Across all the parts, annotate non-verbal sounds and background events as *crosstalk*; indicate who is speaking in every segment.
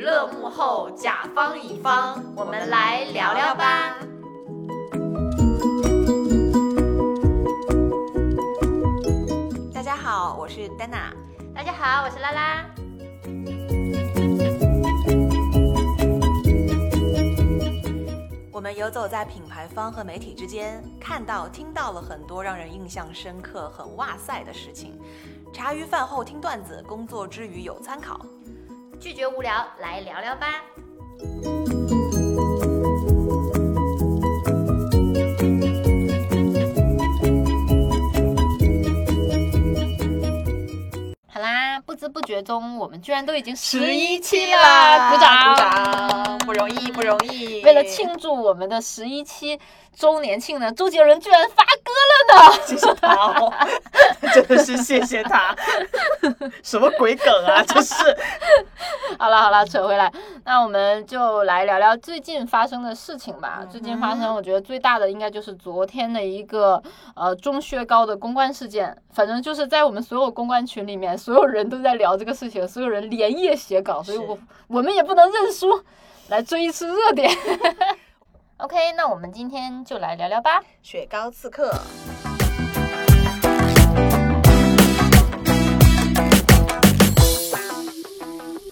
Speaker 1: 乐幕后，甲方乙方，我们来聊聊吧。
Speaker 2: 大家好，我是丹娜。
Speaker 1: 大家好，我是拉拉。
Speaker 2: 我们游走在品牌方和媒体之间，看到、听到了很多让人印象深刻、很哇塞的事情。茶余饭后听段子，工作之余有参考。
Speaker 1: 拒绝无聊，来聊聊 *laughs* 吧。好啦，不知不觉中，我们居然都已经11了，鼓掌
Speaker 2: 鼓掌，不容易，不容
Speaker 1: *laughs*
Speaker 2: 易。
Speaker 1: 为了庆祝我们的十一期周年庆呢，周杰伦居然发歌了呢！
Speaker 3: 谢谢他哦， *laughs* 真的是谢谢他。什么鬼梗啊！这是
Speaker 1: *laughs* 好了好了，扯回来，那我们就来聊聊最近发生的事情吧。最近发生，我觉得最大的应该就是昨天的一个呃钟薛高的公关事件。反正就是在我们所有公关群里面，所有人都在聊这个事情，所有人连夜写稿，所以我我们也不能认输，来追一次热点。OK，那我们今天就来聊聊吧。
Speaker 2: 雪糕刺客，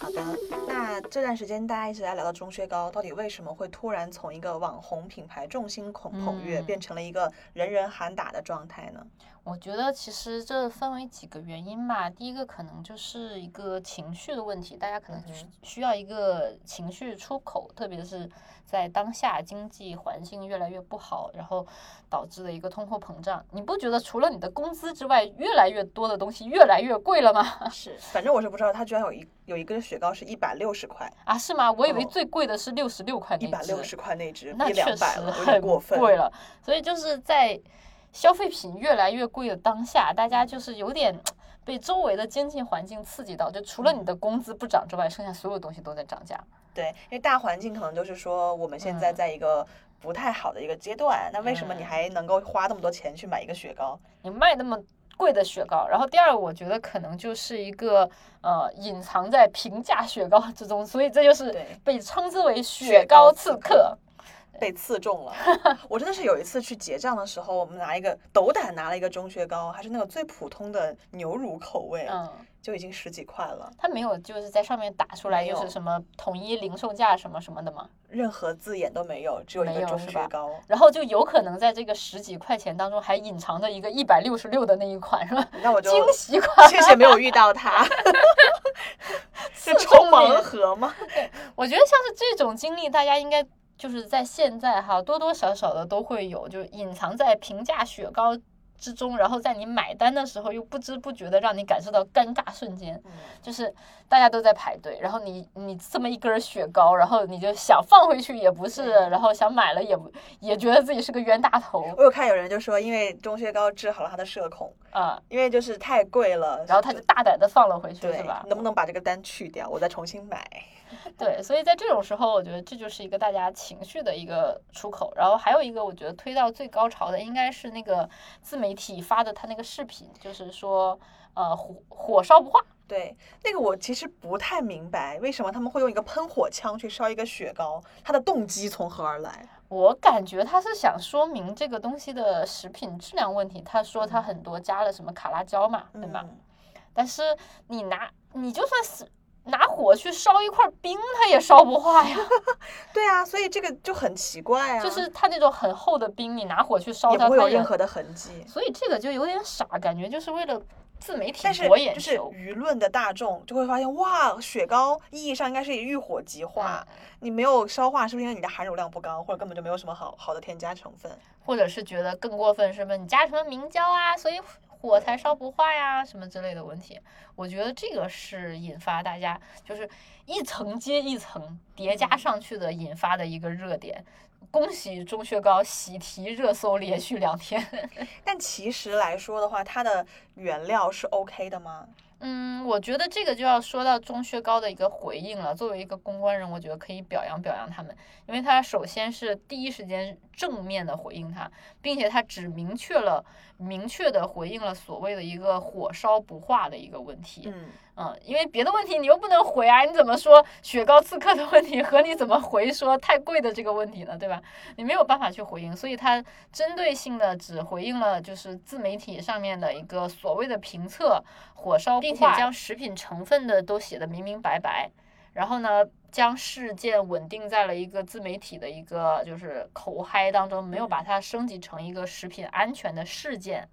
Speaker 2: 好的，那这段时间大家一直在聊到钟薛高，到底为什么会突然从一个网红品牌众星捧捧月，
Speaker 1: 嗯
Speaker 2: 变成了一个人人喊打的状态呢？
Speaker 1: 我觉得其实这分为几个原因吧。第一个可能就是一个情绪的问题，大家可能需
Speaker 2: 嗯
Speaker 1: 需要一个情绪出口，特别是在当下经济环境越来越不好，然后导致的一个通货膨胀。你不觉得除了你的工资之外，越来越多的东西越来越贵了吗？ *laughs*
Speaker 2: 是，反正我是不知道，它居然有一有一个雪糕是一百六十块，
Speaker 1: 啊，是吗？我以为
Speaker 2: 哦
Speaker 1: 最贵的是六十六块那
Speaker 2: 一
Speaker 1: 一
Speaker 2: 百六十块那只一
Speaker 1: 确
Speaker 2: 两
Speaker 1: 实
Speaker 2: 百了，有点
Speaker 1: 很
Speaker 2: 过分。
Speaker 1: 贵了。所以就是在消费品越来越贵的当下，大家就是有点被周围的经济环境刺激到，就除了你的工资不涨之外，剩下所有东西都在涨价。
Speaker 2: 对，因为大环境可能就是说我们现在
Speaker 1: 嗯
Speaker 2: 在一个不太好的一个阶段，那为什么你
Speaker 1: 嗯
Speaker 2: 还能够花那么多钱去买一个雪糕？
Speaker 1: 你卖那么贵的雪糕，然后第二个我觉得可能就是一个呃隐藏在平价雪糕之中，所以这就是
Speaker 2: 对
Speaker 1: 被称之为雪
Speaker 2: 雪
Speaker 1: 糕
Speaker 2: 糕
Speaker 1: 刺
Speaker 2: 刺
Speaker 1: 客
Speaker 2: 客。被刺中
Speaker 1: *laughs*
Speaker 2: 了。我真的是有一次去结账的时候，我们拿一个斗胆拿了一个钟薛高，还是那个最普通的牛乳口味，
Speaker 1: 嗯，
Speaker 2: 就已经十几块了，
Speaker 1: 他没有就是在上面打出来
Speaker 2: 没
Speaker 1: 就是
Speaker 2: 有
Speaker 1: 什么统一零售价什么什么的嘛。
Speaker 2: 任何字眼都没有，只有一
Speaker 1: 没
Speaker 2: 个
Speaker 1: 有
Speaker 2: 钟
Speaker 1: 是吧
Speaker 2: 薛高。
Speaker 1: 然后就有可能在这个十几块钱当中还隐藏着一个一百六十六的那一款，是吧？
Speaker 2: 那我就
Speaker 1: 惊喜款，
Speaker 2: *laughs*
Speaker 1: 啊
Speaker 2: 谢谢没有遇到
Speaker 1: *laughs*
Speaker 2: 他，
Speaker 1: 刺
Speaker 2: 是
Speaker 1: 中
Speaker 2: 抽盲
Speaker 1: 脸
Speaker 2: 盒吗？
Speaker 1: 我觉得像是这种经历，大家应该就是在现在哈，多多少少的都会有，就是隐藏在平价雪糕之中，然后在你买单的时候又不知不觉的让你感受到尴尬瞬间。
Speaker 2: 嗯
Speaker 1: 就是大家都在排队，然后你你这么一根儿雪糕，然后你就想放回去也不是，
Speaker 2: 对
Speaker 1: 然后想买了也不也觉得自己是个冤大头
Speaker 2: 我有看有人就说，因为钟薛高治好了他的社恐，
Speaker 1: 啊、
Speaker 2: 因为就是太贵了，
Speaker 1: 然后他就大胆的放了回去，
Speaker 2: 对
Speaker 1: 是吧？
Speaker 2: 能不能把这个单去掉，我再重新买？
Speaker 1: 对，所以在这种时候，我觉得这就是一个大家情绪的一个出口。然后还有一个，我觉得推到最高潮的应该是那个自媒体发的他那个视频，就是说，呃，火火烧不化，
Speaker 2: 对，那个我其实不太明白，为什么他们会用一个喷火枪去烧一个雪糕，它的动机从何而来？
Speaker 1: 我感觉他是想说明这个东西的食品质量问题。他说他很多加了什么卡拉胶嘛，对吧？
Speaker 2: 嗯？
Speaker 1: 但是你拿你就算是拿火去烧一块冰，它也烧不化呀。
Speaker 2: 对啊，所以这个就很奇怪啊，
Speaker 1: 就是它那种很厚的冰，你拿火去烧
Speaker 2: 也
Speaker 1: 它，
Speaker 2: 不会
Speaker 1: 它
Speaker 2: 有
Speaker 1: 也
Speaker 2: 任何的痕迹。
Speaker 1: 所以这个就有点傻，感觉就是为了自媒体
Speaker 2: 但是
Speaker 1: 博眼
Speaker 2: 就是
Speaker 1: 球。
Speaker 2: 舆论的大众就会发现，哇，雪糕意义上应该是以遇火即
Speaker 1: 啊
Speaker 2: 化，
Speaker 1: 嗯
Speaker 2: 你没有烧化，是不是因为你的含乳量不高，或者根本就没有什么好好的添加成分？
Speaker 1: 或者是觉得更过分，是不是你加什么明胶啊，所以火才烧不化呀，什么之类的问题。我觉得这个是引发大家就是一层接一层叠
Speaker 2: 嗯
Speaker 1: 加上去的引发的一个热点。恭喜钟薛高喜提热搜连续两天。
Speaker 2: 但其实来说的话，它的原料是 OK 的吗？
Speaker 1: 嗯，我觉得这个就要说到钟薛高的一个回应了。作为一个公关人，我觉得可以表扬表扬他们，因为他首先是第一时间正面的回应他，并且他只明确了明确的回应了所谓的一个火烧不化的一个问题。
Speaker 2: 嗯，
Speaker 1: 嗯，因为别的问题你又不能回啊，你怎么说雪糕刺客的问题和你怎么回说太贵的这个问题呢？对吧？你没有办法去回应，所以它针对性的只回应了就是自媒体上面的一个所谓的评测火烧不化，并且将食品成分的都写的明明白白，然后呢，将事件稳定在了一个自媒体的一个就是口嗨当中，没有把它升级成一个食品安全的事件。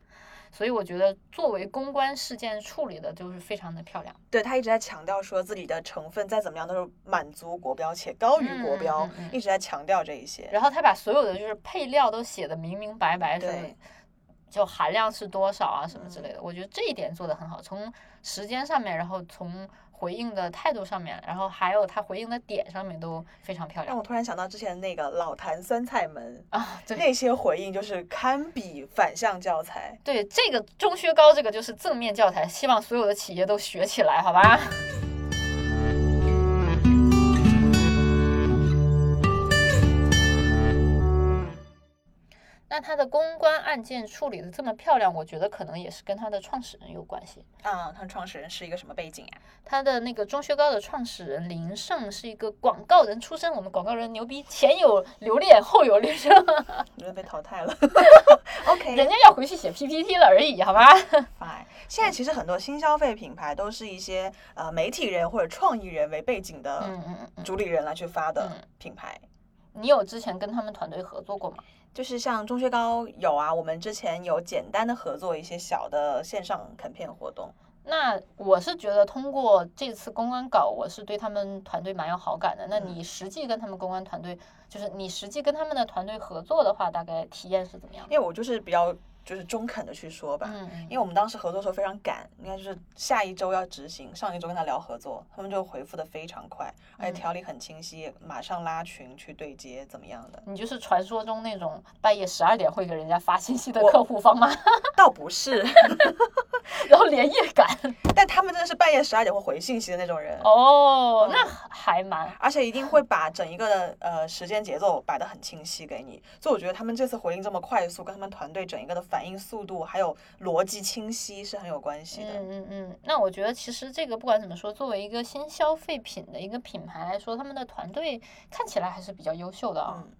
Speaker 1: 所以我觉得，作为公关事件处理的，就是非常的漂亮。
Speaker 2: 对他一直在强调说自己的成分再怎么样都是满足国标且高于国标，
Speaker 1: 嗯嗯嗯
Speaker 2: 一直在强调这一些。
Speaker 1: 然后他把所有的就是配料都写的明明白白，
Speaker 2: 对
Speaker 1: 什么就含量是多少啊，什么之类的。我觉得这一点做的很好，从时间上面，然后从回应的态度上面，然后还有他回应的点上面都非常漂
Speaker 2: 让
Speaker 1: 亮
Speaker 2: 我突然想到之前那个老坛酸菜门，
Speaker 1: *laughs* 啊。对
Speaker 2: 那些回应就是堪比反向教材。
Speaker 1: 对，这个中薛高这个就是正面教材，希望所有的企业都学起来，好吧？ *laughs* 那他的公关案件处理的这么漂亮，我觉得可能也是跟他的创始人有关系。
Speaker 2: 啊，他创始人是一个什么背景呀、啊
Speaker 1: 他的那个中薛高的创始人林胜是一个广告人出身，我们广告人牛逼，前有留恋， *laughs* 后有留声，
Speaker 2: 我觉得被淘汰 *laughs* 了。
Speaker 1: 人
Speaker 2: OK，
Speaker 1: 家要回去写 PPT 了而已，好吧？
Speaker 2: fine。现在其实很多新消费品牌都是一些呃媒体人或者创意人为背景的
Speaker 1: 嗯嗯嗯嗯，
Speaker 2: 主理人来去发的
Speaker 1: 嗯
Speaker 2: 品牌。
Speaker 1: 你有之前跟他们团队合作过吗？
Speaker 2: 就是像中薛高有啊，我们之前有简单的合作一些小的线上砍片活动。
Speaker 1: 那我是觉得通过这次公关稿，我是对他们团队蛮有好感的。那你实际跟他们公关团队，就是你实际跟他们的团队合作的话，大概体验是怎么样的？
Speaker 2: 因为我就是比较就是中肯的去说吧，
Speaker 1: 嗯，嗯，
Speaker 2: 因为我们当时合作的时候非常赶，应该就是下一周要执行，上一周跟他聊合作，他们就回复的非常快，而且条理很清晰，马上拉群去对接怎么样的
Speaker 1: 你就是传说中那种半夜十二点会给人家发信息的
Speaker 2: 我
Speaker 1: 客户方吗？ *laughs*
Speaker 2: 倒不是，
Speaker 1: 然后连夜赶。
Speaker 2: 但他们真的是半夜十二点会回信息的那种人，
Speaker 1: 哦，
Speaker 2: 嗯
Speaker 1: 那还蛮
Speaker 2: 而且一定会把整一个的呃时间节奏摆得很清晰给你，所以我觉得他们这次回应这么快速，跟他们团队整一个的反应速度还有逻辑清晰是很有关系的。
Speaker 1: 嗯嗯嗯，那我觉得其实这个不管怎么说，作为一个新消费品的一个品牌来说，他们的团队看起来还是比较优秀的啊。
Speaker 2: 嗯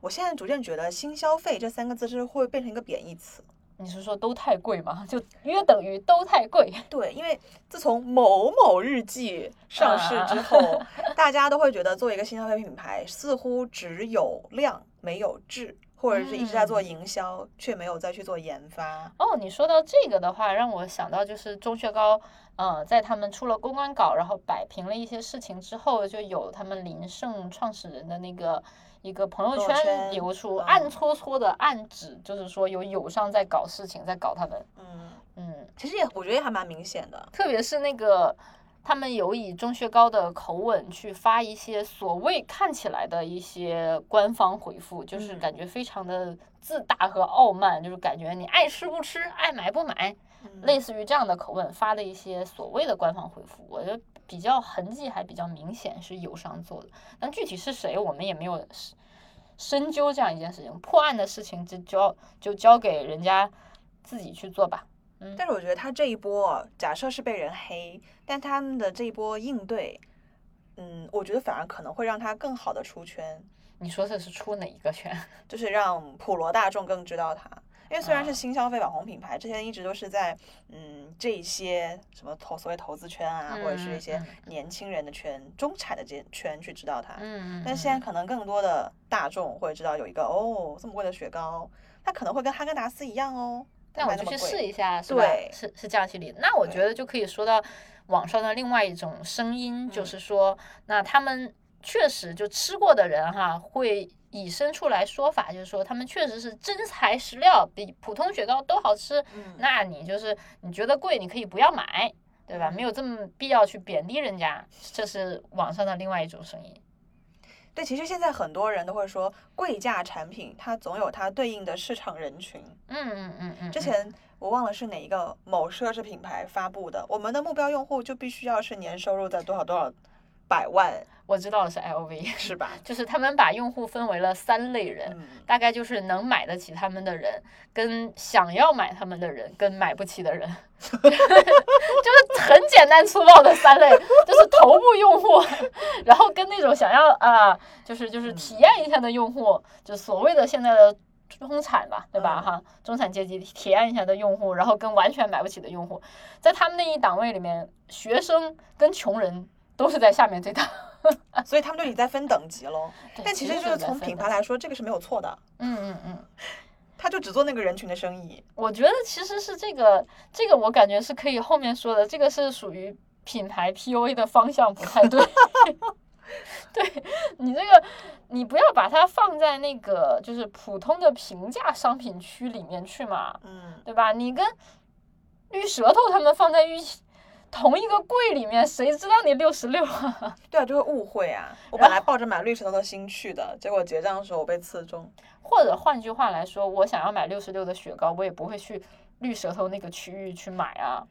Speaker 2: 我现在逐渐觉得“新消费”这三个字是会变成一个贬义词，
Speaker 1: 你
Speaker 2: 嗯
Speaker 1: 是说都太贵吗？ *laughs* 就约等于都太贵。
Speaker 2: 对，因为自从某某日记上市之后，大家都会觉得作为一个新消费品牌，似乎只有量没有质，或者是一直在做
Speaker 1: 嗯
Speaker 2: 营销，却没有再去做研发。
Speaker 1: 哦，你说到这个的话，让我想到就是钟薛高，呃，在他们出了公关稿，然后摆平了一些事情之后，就有他们林盛创始人的那个一个朋友
Speaker 2: 朋友
Speaker 1: 圈
Speaker 2: 圈
Speaker 1: 流出，
Speaker 2: 嗯
Speaker 1: 暗搓搓的暗指，就是说有友商在搞事情，在搞他们，
Speaker 2: 嗯，
Speaker 1: 嗯，
Speaker 2: 其实也我觉得也还蛮明显的。
Speaker 1: 特别是那个。他们有以钟薛高的口吻去发一些所谓看起来的一些官方回复，就是
Speaker 2: 嗯
Speaker 1: 感觉非常的自大和傲慢，就是感觉你爱吃不吃，爱买不买，
Speaker 2: 嗯
Speaker 1: 类似于这样的口吻发的一些所谓的官方回复，我觉得比较痕迹还比较明显，是友商做的。但具体是谁，我们也没有深深究这样一件事情。破案的事情就交就交给人家自己去做吧。
Speaker 2: 但是我觉得他这一波啊，假设是被人黑，但他们的这一波应对，嗯，我觉得反而可能会让他更好的出圈，
Speaker 1: 你说这是出哪一个圈？ *laughs*
Speaker 2: 就是让普罗大众更知道他。因为虽然
Speaker 1: 啊
Speaker 2: 是新消费网红品牌，之前一直都是在嗯这一些什么投所谓投资圈啊，或者是一些
Speaker 1: 嗯
Speaker 2: 年轻人的圈、中产的这圈去知道他。
Speaker 1: 嗯
Speaker 2: 但现在可能更多的大众会知道有一个哦这么贵的雪糕，它可能会跟哈根达斯一样哦，
Speaker 1: 那
Speaker 2: 它
Speaker 1: 我
Speaker 2: 卖
Speaker 1: 就
Speaker 2: 么
Speaker 1: 去
Speaker 2: 贵
Speaker 1: 试一下，是吧
Speaker 2: 对？
Speaker 1: 是是这样去理。那我觉
Speaker 2: 对
Speaker 1: 得就可以说到网上的另外一种声音，就
Speaker 2: 嗯
Speaker 1: 是说，那他们确实就吃过的人哈，会以身出来说法，就是说他们确实是真材实料，比普通雪糕都好吃。
Speaker 2: 嗯
Speaker 1: 那你就是你觉得贵，你可以不要买，对
Speaker 2: 嗯
Speaker 1: 吧？没有这么必要去贬低人家，这是网上的另外一种声音。
Speaker 2: 对，其实现在很多人都会说，贵价产品它总有它对应的市场人群。
Speaker 1: 嗯嗯嗯嗯，
Speaker 2: 之
Speaker 1: 嗯
Speaker 2: 前我忘了是哪一个某奢侈品牌发布的，我们的目标用户就必须要是年收入在多少多少百万，
Speaker 1: 我知道的是 LV，
Speaker 2: 是吧？
Speaker 1: *laughs* 就是他们把用户分为了三类人，
Speaker 2: 嗯，
Speaker 1: *laughs* 大概就是能买得起他们的人，跟想要买他们的人，跟买不起的人， *laughs* 就是很简单粗暴的三类，就是头部用户， *laughs* 然后跟那种想要啊、就是
Speaker 2: 嗯
Speaker 1: 就是体验一下的用户，就所谓的现在的。中产吧，对吧？
Speaker 2: 嗯
Speaker 1: 哈，中产阶级体验一下的用户，然后跟完全买不起的用户，在他们那一档位里面，学生跟穷人都是在下面这档。
Speaker 2: 所以他们就已在分等级喽。
Speaker 1: 对
Speaker 2: 但其实就是从品牌，来说，这个是没有错的，
Speaker 1: 嗯嗯嗯，
Speaker 2: 他就只做那个人群的生意。
Speaker 1: 我觉得其实是这个，这个我感觉是可以后面说的，这个是属于品牌 PUA 的方向不太对。 *laughs* 对你这个，你不要把它放在那个就是普通的平价商品区里面去嘛，
Speaker 2: 嗯，
Speaker 1: 对吧？你跟绿舌头他们放在一起同一个柜里面，谁知道你六十六啊？
Speaker 2: 对啊，就会误会啊。我本来抱着买绿石头的心去的，结果结账的时候我被刺中。 *laughs*
Speaker 1: 或者换句话来说，我想要买六十六的雪糕，我也不会去绿舌头那个区域去买啊。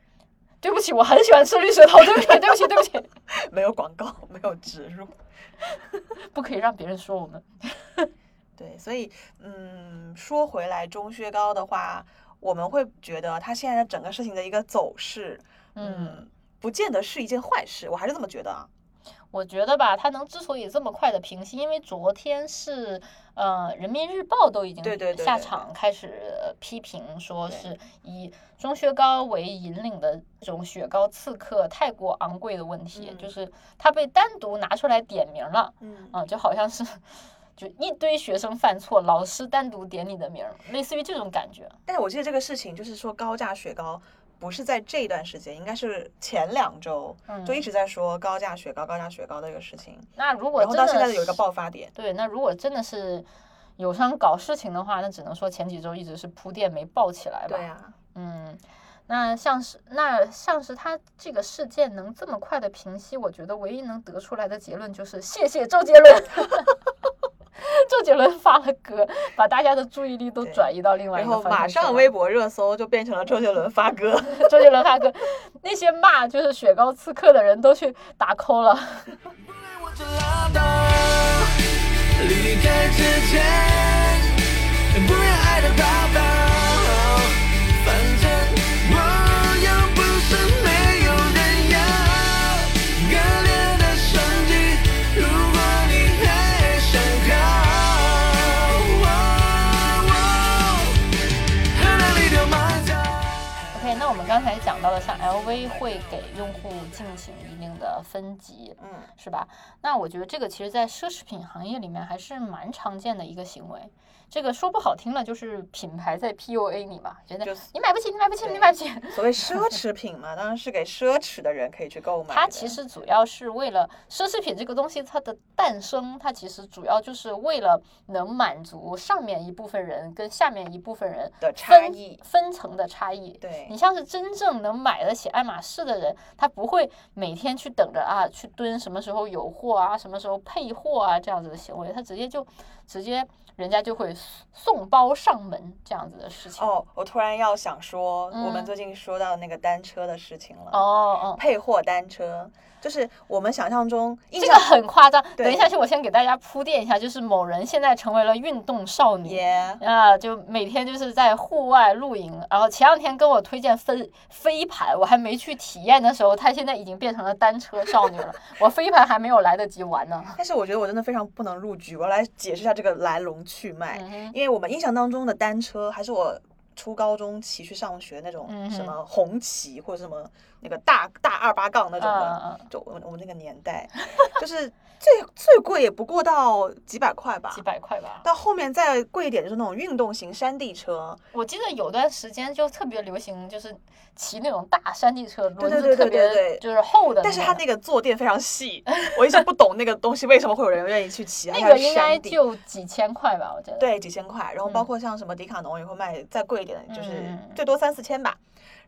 Speaker 1: 对不起，我很喜欢吃绿舌头，对不起，对不起，对不起。 *laughs*
Speaker 2: 没有广告，没有植入。
Speaker 1: 不可以让别人说我们。
Speaker 2: 对，所以嗯，说回来中薛高的话，我们会觉得他现在整个事情的一个走势，
Speaker 1: 嗯，
Speaker 2: 嗯，不见得是一件坏事，我还是这么觉得啊。
Speaker 1: 我觉得吧，它能之所以这么快的平息，因为昨天是呃，人民日报都已经
Speaker 2: 对对对
Speaker 1: 下
Speaker 2: 对
Speaker 1: 场开始呃批评，说
Speaker 2: 对
Speaker 1: 是以中雪糕为引领的这种雪糕刺客太过昂贵的问题，
Speaker 2: 嗯
Speaker 1: 就是它被单独拿出来点名了
Speaker 2: 嗯
Speaker 1: 啊、就好像是。就一堆学生犯错，老师单独点你的名儿，类似于这种感觉。
Speaker 2: 但是我记得这个事情，就是说高价雪糕不是在这一段时间，应该是前两周
Speaker 1: 嗯，
Speaker 2: 就一直在说高价雪糕、高价雪糕的一个事情，
Speaker 1: 那如果
Speaker 2: 然后到
Speaker 1: 真的
Speaker 2: 现在有一个
Speaker 1: 是
Speaker 2: 爆发点。
Speaker 1: 对，那如果真的是友商搞事情的话，那只能说前几周一直是铺垫没爆起来吧。
Speaker 2: 对啊，
Speaker 1: 嗯，那像是那像是他这个事件能这么快的平息，我觉得唯一能得出来的结论就是谢谢周杰伦。 *laughs* 周杰伦发了歌，把大家的注意力都
Speaker 2: 对
Speaker 1: 转移到另外一
Speaker 2: 然
Speaker 1: 个
Speaker 2: 后
Speaker 1: 方向
Speaker 2: 马
Speaker 1: 去
Speaker 2: 上
Speaker 1: 了
Speaker 2: 微博热搜就变成了周杰伦发歌。
Speaker 1: *laughs* 周杰伦发歌，那些骂就是雪糕刺客的人都去打 call 了。
Speaker 4: 我就拉倒。离开之前，不要爱的大道，反正我又不是没有人要。割裂的身体，如果你还想要，和那里的马甲。
Speaker 1: OK，那我们刚才讲到了，像 LV 会给用户进行一定的分级，
Speaker 2: *laughs* 嗯，
Speaker 1: 是吧？那我觉得这个其实，在奢侈品行业里面还是蛮常见的一个行为。这个说不好听了，就是品牌在 PUA 你嘛，觉得
Speaker 2: 就是
Speaker 1: 你买不起，你买不起，
Speaker 2: 对
Speaker 1: 你买不起。
Speaker 2: 所谓奢侈品嘛，当然是给奢侈的人可以去购买的。
Speaker 1: 它其实主要是为了奢侈品这个东西它的诞生，它其实主要就是为了能满足上面一部分人跟下面一部分人
Speaker 2: 的差异
Speaker 1: 分分层的差异。
Speaker 2: 对
Speaker 1: 你，像是真正能买得起爱马仕的人，他不会每天去等着啊，去蹲什么时候有货啊，什么时候配货啊这样子的行为，他直接就直接人家就会送包上门这样子的事情。
Speaker 2: 哦，我突然要想说，我
Speaker 1: 嗯
Speaker 2: 们最近说到那个单车的事情了。
Speaker 1: 哦哦，
Speaker 2: 配货单车就是我们想象中印
Speaker 1: 这个
Speaker 2: 象
Speaker 1: 很夸张。
Speaker 2: 对
Speaker 1: 等一下去，我先给大家铺垫一下，就是某人现在成为了运动少女。
Speaker 2: 耶，
Speaker 1: 啊，就每天就是在户外露营，然后前两天跟我推荐飞飞盘，我还没去体验的时候，她现在已经变成了单车少女了。我飞盘还没有来得及玩呢。
Speaker 2: 但是我觉得我真的非常不能入局。我来解释一下这个来龙去脉，
Speaker 1: 嗯哼
Speaker 2: 因为我们印象当中的单车还是我初高中骑去上学那种
Speaker 1: 嗯哼
Speaker 2: 什么红旗或者什么那个大大二八杠那种的，
Speaker 1: 嗯嗯嗯
Speaker 2: 就我们我们那个年代，就是最最贵也不过到几百块吧
Speaker 1: 啊几。百块吧。
Speaker 2: 到后面再贵一点就是那种运动型山地车，
Speaker 1: 我记得有段时间就特别流行，就是骑那种大山地车，
Speaker 2: 对
Speaker 1: 轮子
Speaker 2: 对
Speaker 1: 特
Speaker 2: 对对
Speaker 1: 别
Speaker 2: 对
Speaker 1: 就是厚的种。
Speaker 2: 但是它那个坐垫非常细，我一直不懂那个东西为什么会有人愿意去
Speaker 1: *laughs*
Speaker 2: 骑，
Speaker 1: 那
Speaker 2: 它
Speaker 1: 个
Speaker 2: 是
Speaker 1: 应该
Speaker 2: 山地。
Speaker 1: 就几千块吧，我觉得。
Speaker 2: 对，几千块，然后
Speaker 1: 嗯
Speaker 2: 包括像什么迪卡侬也会卖再贵一点的，就是
Speaker 1: 嗯
Speaker 2: 最多三四千吧。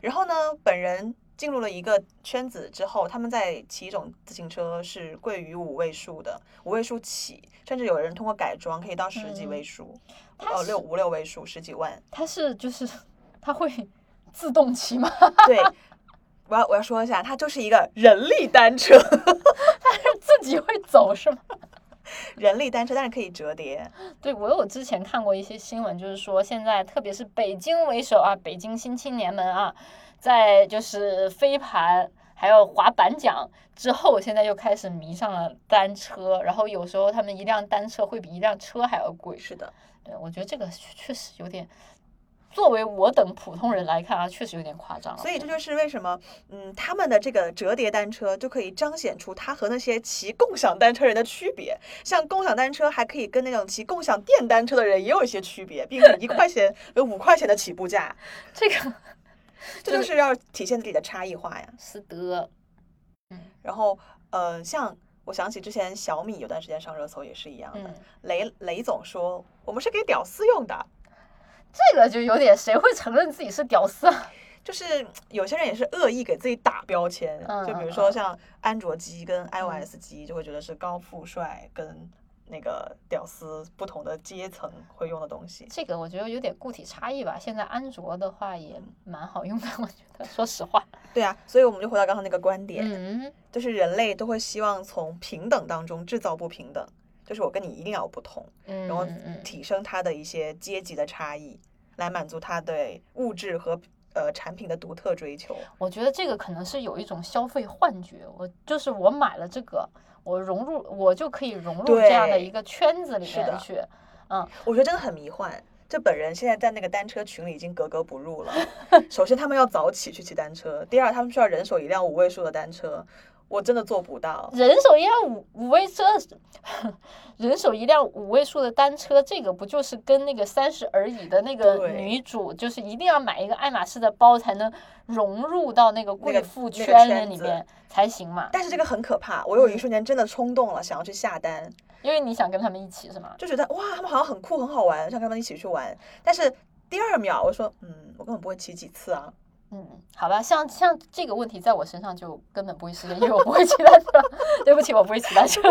Speaker 2: 然后呢，本人进入了一个圈子之后，他们在骑一种自行车是贵于五位数的，五位数起，甚至有人通过改装可以到十几
Speaker 1: 嗯
Speaker 2: 位数，
Speaker 1: 它
Speaker 2: 哦
Speaker 1: 是 *laughs*
Speaker 2: 六五六位数，十几万。
Speaker 1: 它是就是它会 *laughs* 自动骑马，
Speaker 2: 对，我要我要说一下，它就是一个人力单车， *laughs*
Speaker 1: 自己会走是吗？
Speaker 2: 人力单车，但是可以折叠。
Speaker 1: 对，我有之前看过一些新闻，就是说现在特别是北京为首啊，北京新青年们啊，在就是飞盘还有滑板桨之后，现在又开始迷上了单车，然后有时候他们一辆单车会比一辆车还要贵。
Speaker 2: 是的，
Speaker 1: 对，我觉得这个确确实有点，作为我等普通人来看啊，确实有点夸张了。
Speaker 2: 所以这就是为什么，嗯，他们的这个折叠单车就可以彰显出它和那些骑共享单车人的区别。像共享单车还可以跟那种骑共享电单车的人也有一些区别，并且一块钱有五块钱的起步价，
Speaker 1: 这个 *laughs*
Speaker 2: 这就是要体现自己的差异化呀。
Speaker 1: 是的，
Speaker 2: 然后，呃，像我想起之前小米有段时间上热搜也是一样的，
Speaker 1: 嗯，
Speaker 2: 雷雷总说我们是给屌丝用的，
Speaker 1: 这个就有点谁会承认自己是屌丝啊？ *laughs*
Speaker 2: 就是有些人也是恶意给自己打标签，
Speaker 1: 嗯
Speaker 2: 就比如
Speaker 1: 嗯
Speaker 2: 说
Speaker 1: 嗯
Speaker 2: 像安卓机跟 iOS 机，就会觉得是高富帅跟那个屌丝不同的阶层会用的东西。
Speaker 1: 这个我觉得有点固体差异吧。现在安卓的话也蛮好用的，我觉得，说实
Speaker 2: *laughs*
Speaker 1: 话，
Speaker 2: 对啊，所以我们就回到刚刚那个观点，
Speaker 1: 嗯，
Speaker 2: 就是人类都会希望从平等当中制造不平等，就是我跟你一定要不同，
Speaker 1: 嗯
Speaker 2: 然后
Speaker 1: 嗯嗯
Speaker 2: 提升他的一些阶级的差异，来满足他对物质和呃产品的独特追求。
Speaker 1: 我觉得这个可能是有一种消费幻觉，我就是我买了这个，我融入，我就可以融入
Speaker 2: 对
Speaker 1: 这样的一个圈子里
Speaker 2: 是的
Speaker 1: 面去。
Speaker 2: 我觉得真的很迷幻。这本人现在在那个单车群里已经格格不入
Speaker 1: *laughs*
Speaker 2: 了。首先，他们要早起去骑单车；第二，他们需要人手一辆五位数的单车，我真的做不到。
Speaker 1: 人手一辆五五位车， *laughs* 人手一辆五位数的单车，这个不就是跟那个《三十而已》的那个
Speaker 2: 对
Speaker 1: 女主，就是一定要买一个爱马仕的包才能融入到那个
Speaker 2: 那
Speaker 1: 贵
Speaker 2: 个
Speaker 1: 妇
Speaker 2: 那个
Speaker 1: 圈
Speaker 2: 圈
Speaker 1: 里
Speaker 2: 子
Speaker 1: 面才行嘛？
Speaker 2: 但是这个很可怕，我有
Speaker 1: 嗯
Speaker 2: 一瞬间真的冲动了，想要去下单，
Speaker 1: 因为你想跟他们一起是吗？
Speaker 2: 就觉得哇，他们好像很酷、很好玩，想跟他们一起去玩。但是第二秒，我说，嗯，我根本不会骑几次啊。
Speaker 1: 嗯，好吧，像像这个问题在我身上就根本不会实现，因为我不会骑单车。 *laughs* 对不起，我不会骑单车。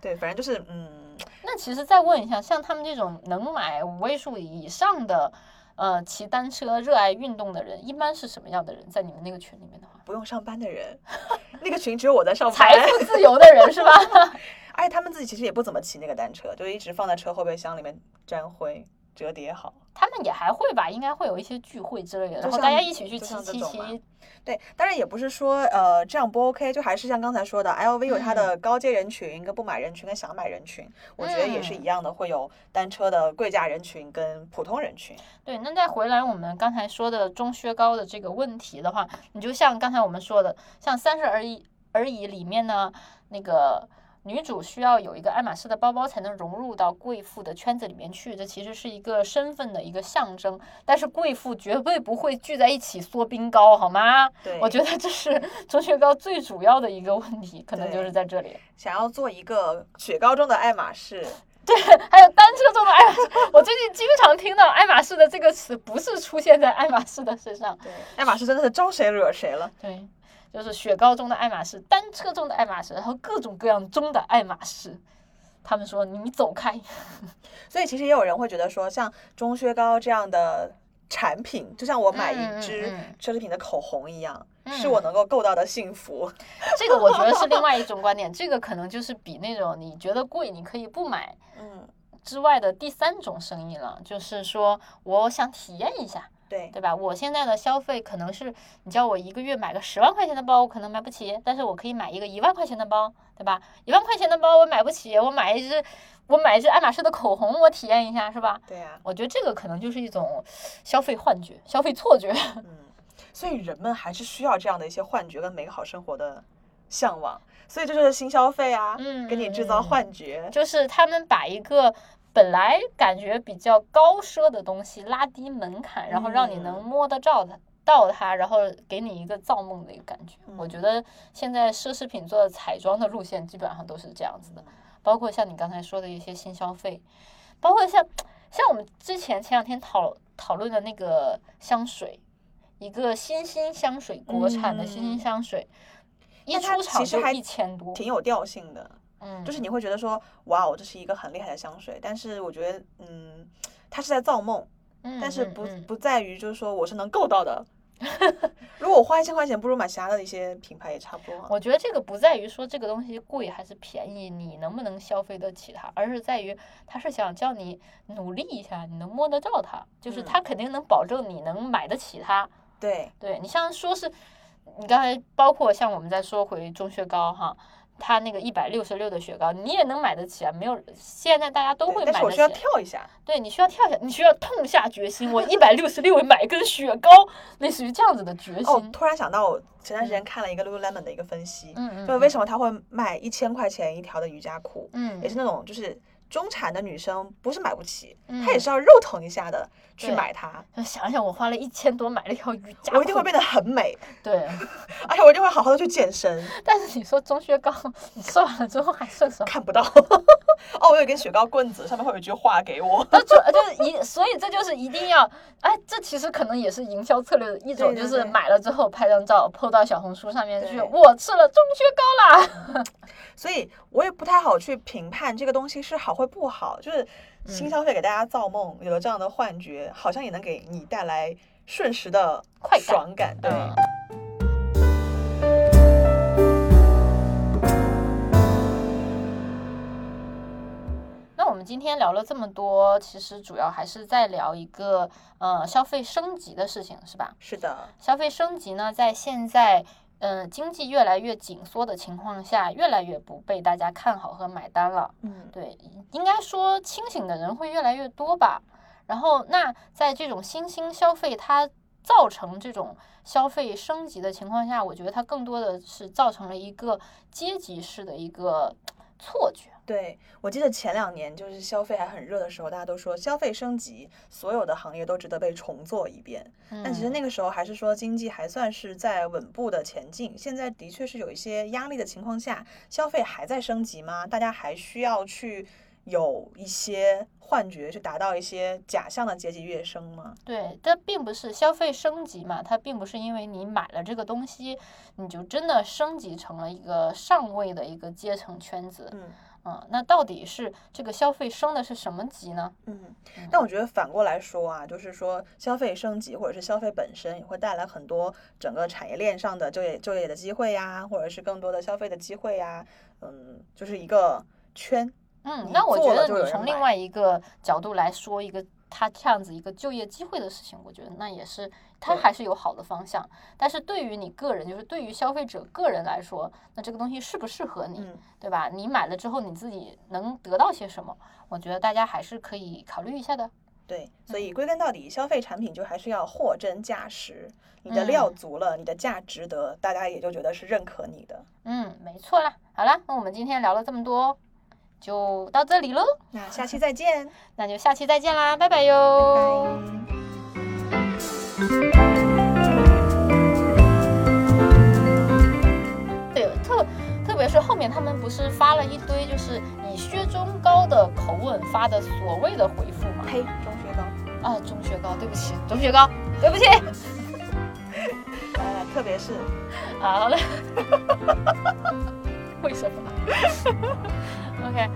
Speaker 2: 对，反正就是，嗯，
Speaker 1: 那其实再问一下，像他们这种能买五位数以上的，呃，骑单车热爱运动的人，一般是什么样的人？在你们那个群里面的话，
Speaker 2: 不用上班的
Speaker 1: *laughs*
Speaker 2: 人，那个群只有我在上班。
Speaker 1: 财富自由的人是吧？ *laughs*
Speaker 2: 而且他们自己其实也不怎么骑那个单车，就一直放在车后备箱里面沾灰，折叠好。
Speaker 1: 他们也还会吧，应该会有一些聚会之类的，
Speaker 2: 就
Speaker 1: 然后
Speaker 2: 像
Speaker 1: 大家一起去
Speaker 2: 就
Speaker 1: 骑
Speaker 2: 像这
Speaker 1: 骑
Speaker 2: 种
Speaker 1: 骑
Speaker 2: 嘛。对，当然也不是说呃这样不 OK，就还是像刚才说的，LV 有它
Speaker 1: 嗯
Speaker 2: 的高阶人群、跟不买人群、跟想买人群，我觉得也
Speaker 1: 嗯
Speaker 2: 是一样的，会有单车的贵价人群跟普通人群。
Speaker 1: 对，那再回来我们刚才说的中靴高的这个问题的话，你就像刚才我们说的，像《三十而已》而已里面呢，那个女主需要有一个爱马仕的包包才能融入到贵妇的圈子里面去，这其实是一个身份的一个象征。但是贵妇绝对不会聚在一起缩冰糕，好吗？
Speaker 2: 对，
Speaker 1: 我觉得这是中靴高最主要的一个问题，可能就
Speaker 2: 对
Speaker 1: 是在这里。
Speaker 2: 想要做一个雪糕中的爱马仕，
Speaker 1: 还有单车中的爱马仕，我最近经常听到爱马仕的这个词，不是出现在爱马仕的身上。
Speaker 2: 对，爱马仕真的是招谁惹谁了。
Speaker 1: 对，就是雪糕中的爱马仕，单车中的爱马仕，然后各种各样中的爱马仕。他们说你走开，
Speaker 2: 所以其实也有人会觉得说，像中靴高这样的产品，就像我买
Speaker 1: 嗯嗯
Speaker 2: 一支
Speaker 1: 嗯嗯
Speaker 2: 奢侈品的口红一样，
Speaker 1: 嗯
Speaker 2: 是我能够够到的幸福。
Speaker 1: 这个我觉得是另外一种观点， *laughs* 这个可能就是比那种你觉得贵你可以不买
Speaker 2: 嗯，
Speaker 1: 之外的第三种生意了，就是说我想体验一下，
Speaker 2: 对，
Speaker 1: 对吧？我现在的消费可能是你叫我一个月买个十万块钱的包，我可能买不起，但是我可以买一个一万块钱的包，对吧？一万块钱的包我买不起，我买一支我买一支爱马仕的口红，我体验一下，是吧？
Speaker 2: 对啊，
Speaker 1: 我觉得这个可能就是一种消费幻觉、消费错觉。
Speaker 2: 嗯，所以人们还是需要这样的一些幻觉跟美好生活的向往，所以这就是新消费啊，
Speaker 1: 嗯
Speaker 2: 给你制
Speaker 1: 嗯
Speaker 2: 造
Speaker 1: 嗯
Speaker 2: 幻觉。
Speaker 1: 就是他们把一个本来感觉比较高奢的东西拉低门槛，然后让你能
Speaker 2: 嗯
Speaker 1: 摸得着它。到它，然后给你一个造梦的一个感觉。我
Speaker 2: 嗯
Speaker 1: 觉得现在奢侈品做的彩妆的路线基本上都是这样子
Speaker 2: 嗯
Speaker 1: 的，包括像你刚才说的一些新消费，包括像像我们之前前两天讨讨论的那个香水，一个新兴香水，国产的新兴
Speaker 2: 嗯
Speaker 1: 香水，一
Speaker 2: 但它
Speaker 1: 出厂
Speaker 2: 其实
Speaker 1: 就
Speaker 2: 还
Speaker 1: 一千多，
Speaker 2: 挺有调性的，
Speaker 1: 嗯，
Speaker 2: 就是你会觉得说，哇哦，这是一个很厉害的香水，但是我觉得，嗯，它是在造梦，
Speaker 1: 嗯，
Speaker 2: 但是
Speaker 1: 嗯
Speaker 2: 不
Speaker 1: 嗯 *laughs*
Speaker 2: 不在于就是说我是能够到的，如果我花一千块钱，不如买其他的一些品牌也差不多啊。
Speaker 1: 我觉得这个不在于说这个东西贵还是便宜，你能不能消费得起它，而是在于他是想叫你努力一下，你能摸得到它，就是
Speaker 2: 嗯
Speaker 1: 他肯定能保证你能买得起它。
Speaker 2: 对，
Speaker 1: 对你像说是，你刚才包括像我们再说回中雪糕哈，它那个一百六十六的雪糕，你也能买得起啊，没有现在大家都
Speaker 2: 对
Speaker 1: 会
Speaker 2: 但
Speaker 1: 买
Speaker 2: 是我
Speaker 1: 得
Speaker 2: 需要
Speaker 1: 起。
Speaker 2: 跳一下，
Speaker 1: 对你需要跳下，你需要痛下决心，我一百六十六买一根雪糕， *laughs* 类似于这样子的决心。
Speaker 2: 哦，突然想到，我前段时间
Speaker 1: 嗯
Speaker 2: 看了一个 Lululemon 的一个分析，
Speaker 1: 嗯嗯，
Speaker 2: 就是为
Speaker 1: 么？
Speaker 2: 什么他会卖一千块钱一条的瑜伽裤，
Speaker 1: 嗯，
Speaker 2: 也是那种就是中产的女生不是买不起，
Speaker 1: 嗯
Speaker 2: 她也是要肉疼一下的去
Speaker 1: 对
Speaker 2: 买它，
Speaker 1: 就想想我花了一千多买了一条瑜伽裤，
Speaker 2: 我一定会变得很美，
Speaker 1: 对。
Speaker 2: 而且我一定会好好的去健
Speaker 1: *laughs*
Speaker 2: 身，
Speaker 1: 但是你说中雪糕，你瘦完了之后还剩什么？
Speaker 2: 看不到。哦，我有一根雪糕棍子，上面会有一句话给我。 *laughs*
Speaker 1: 那就就是一，所以这就是一定要，哎，这其实可能也是营销策略的一种，
Speaker 2: 对对
Speaker 1: 就是
Speaker 2: 对
Speaker 1: 买了之后拍张照，PO 到小红书上面去，
Speaker 2: 对
Speaker 1: 我吃了中雪糕啦。
Speaker 2: 所以我也不太好去评判这个东西是好或不好，就是
Speaker 1: 嗯
Speaker 2: 新消费给大家造梦，有了这样的幻觉，好像也能给你带来瞬时的
Speaker 1: 快感
Speaker 2: 爽感。对，
Speaker 1: 嗯那我们今天聊了这么多，其实主要还是在聊一个呃消费升级的事情，是吧？
Speaker 2: 是的，
Speaker 1: 消费升级呢，在现在嗯、呃经济越来越紧缩的情况下，越来越不被大家看好和买单了。
Speaker 2: 嗯，
Speaker 1: 对，应该说清醒的人会越来越多吧。然后，那在这种新兴消费，它造成这种消费升级的情况下，我觉得它更多的是造成了一个阶级式的一个错觉。
Speaker 2: 对。我记得前两年就是消费还很热的时候，大家都说消费升级，所有的行业都值得被重做一遍。但其实
Speaker 1: 嗯
Speaker 2: 那个时候还是说经济还算是在稳步的前进，现在的确是有一些压力的情况下，消费还在升级吗？大家还需要去有一些幻觉，去达到一些假象的阶级跃升吗？
Speaker 1: 对，但并不是消费升级嘛，它并不是因为你买了这个东西，你就真的升级成了一个上位的一个阶层圈子。
Speaker 2: 嗯
Speaker 1: 嗯，那到底是这个消费升的是什么级呢？
Speaker 2: 嗯
Speaker 1: 嗯，
Speaker 2: 但我觉得反过来说啊，就是说消费升级或者是消费本身也会带来很多整个产业链上的就业就业的机会呀，或者是更多的消费的机会呀，嗯，就是一个圈，
Speaker 1: 嗯
Speaker 2: 你，
Speaker 1: 那我
Speaker 2: 做
Speaker 1: 觉
Speaker 2: 了
Speaker 1: 得
Speaker 2: 就有
Speaker 1: 你
Speaker 2: 人
Speaker 1: 从另
Speaker 2: 买
Speaker 1: 外一个角度来说，一个他这样子一个就业机会的事情，我觉得那也是他
Speaker 2: 对
Speaker 1: 还是有好的方向。但是对于你个人，就是对于消费者个人来说，那这个东西适不适合你，
Speaker 2: 嗯。
Speaker 1: 对吧？你买了之后你自己能得到些什么？我觉得大家还是可以考虑一下的。
Speaker 2: 对，
Speaker 1: 嗯
Speaker 2: 所以归根到底，消费产品就还是要货真价实，你的
Speaker 1: 嗯
Speaker 2: 料足了，你的价值得，大家也就觉得是认可你的。
Speaker 1: 嗯，没错啦。好啦，那我们今天聊了这么多，就到这里喽。
Speaker 2: 那下期再见，
Speaker 1: 那就下期再见啦，拜拜哟。
Speaker 2: 拜。
Speaker 1: 对，特特别是后面他们不是发了一堆就是以薛中高的口吻发的所谓的回复嘛？
Speaker 2: 呸，中学高，
Speaker 1: 啊，钟薛高，对不起，钟薛高，对不起。
Speaker 2: 来来，特别是
Speaker 1: *laughs* 好了，为什么 *laughs* ？OK，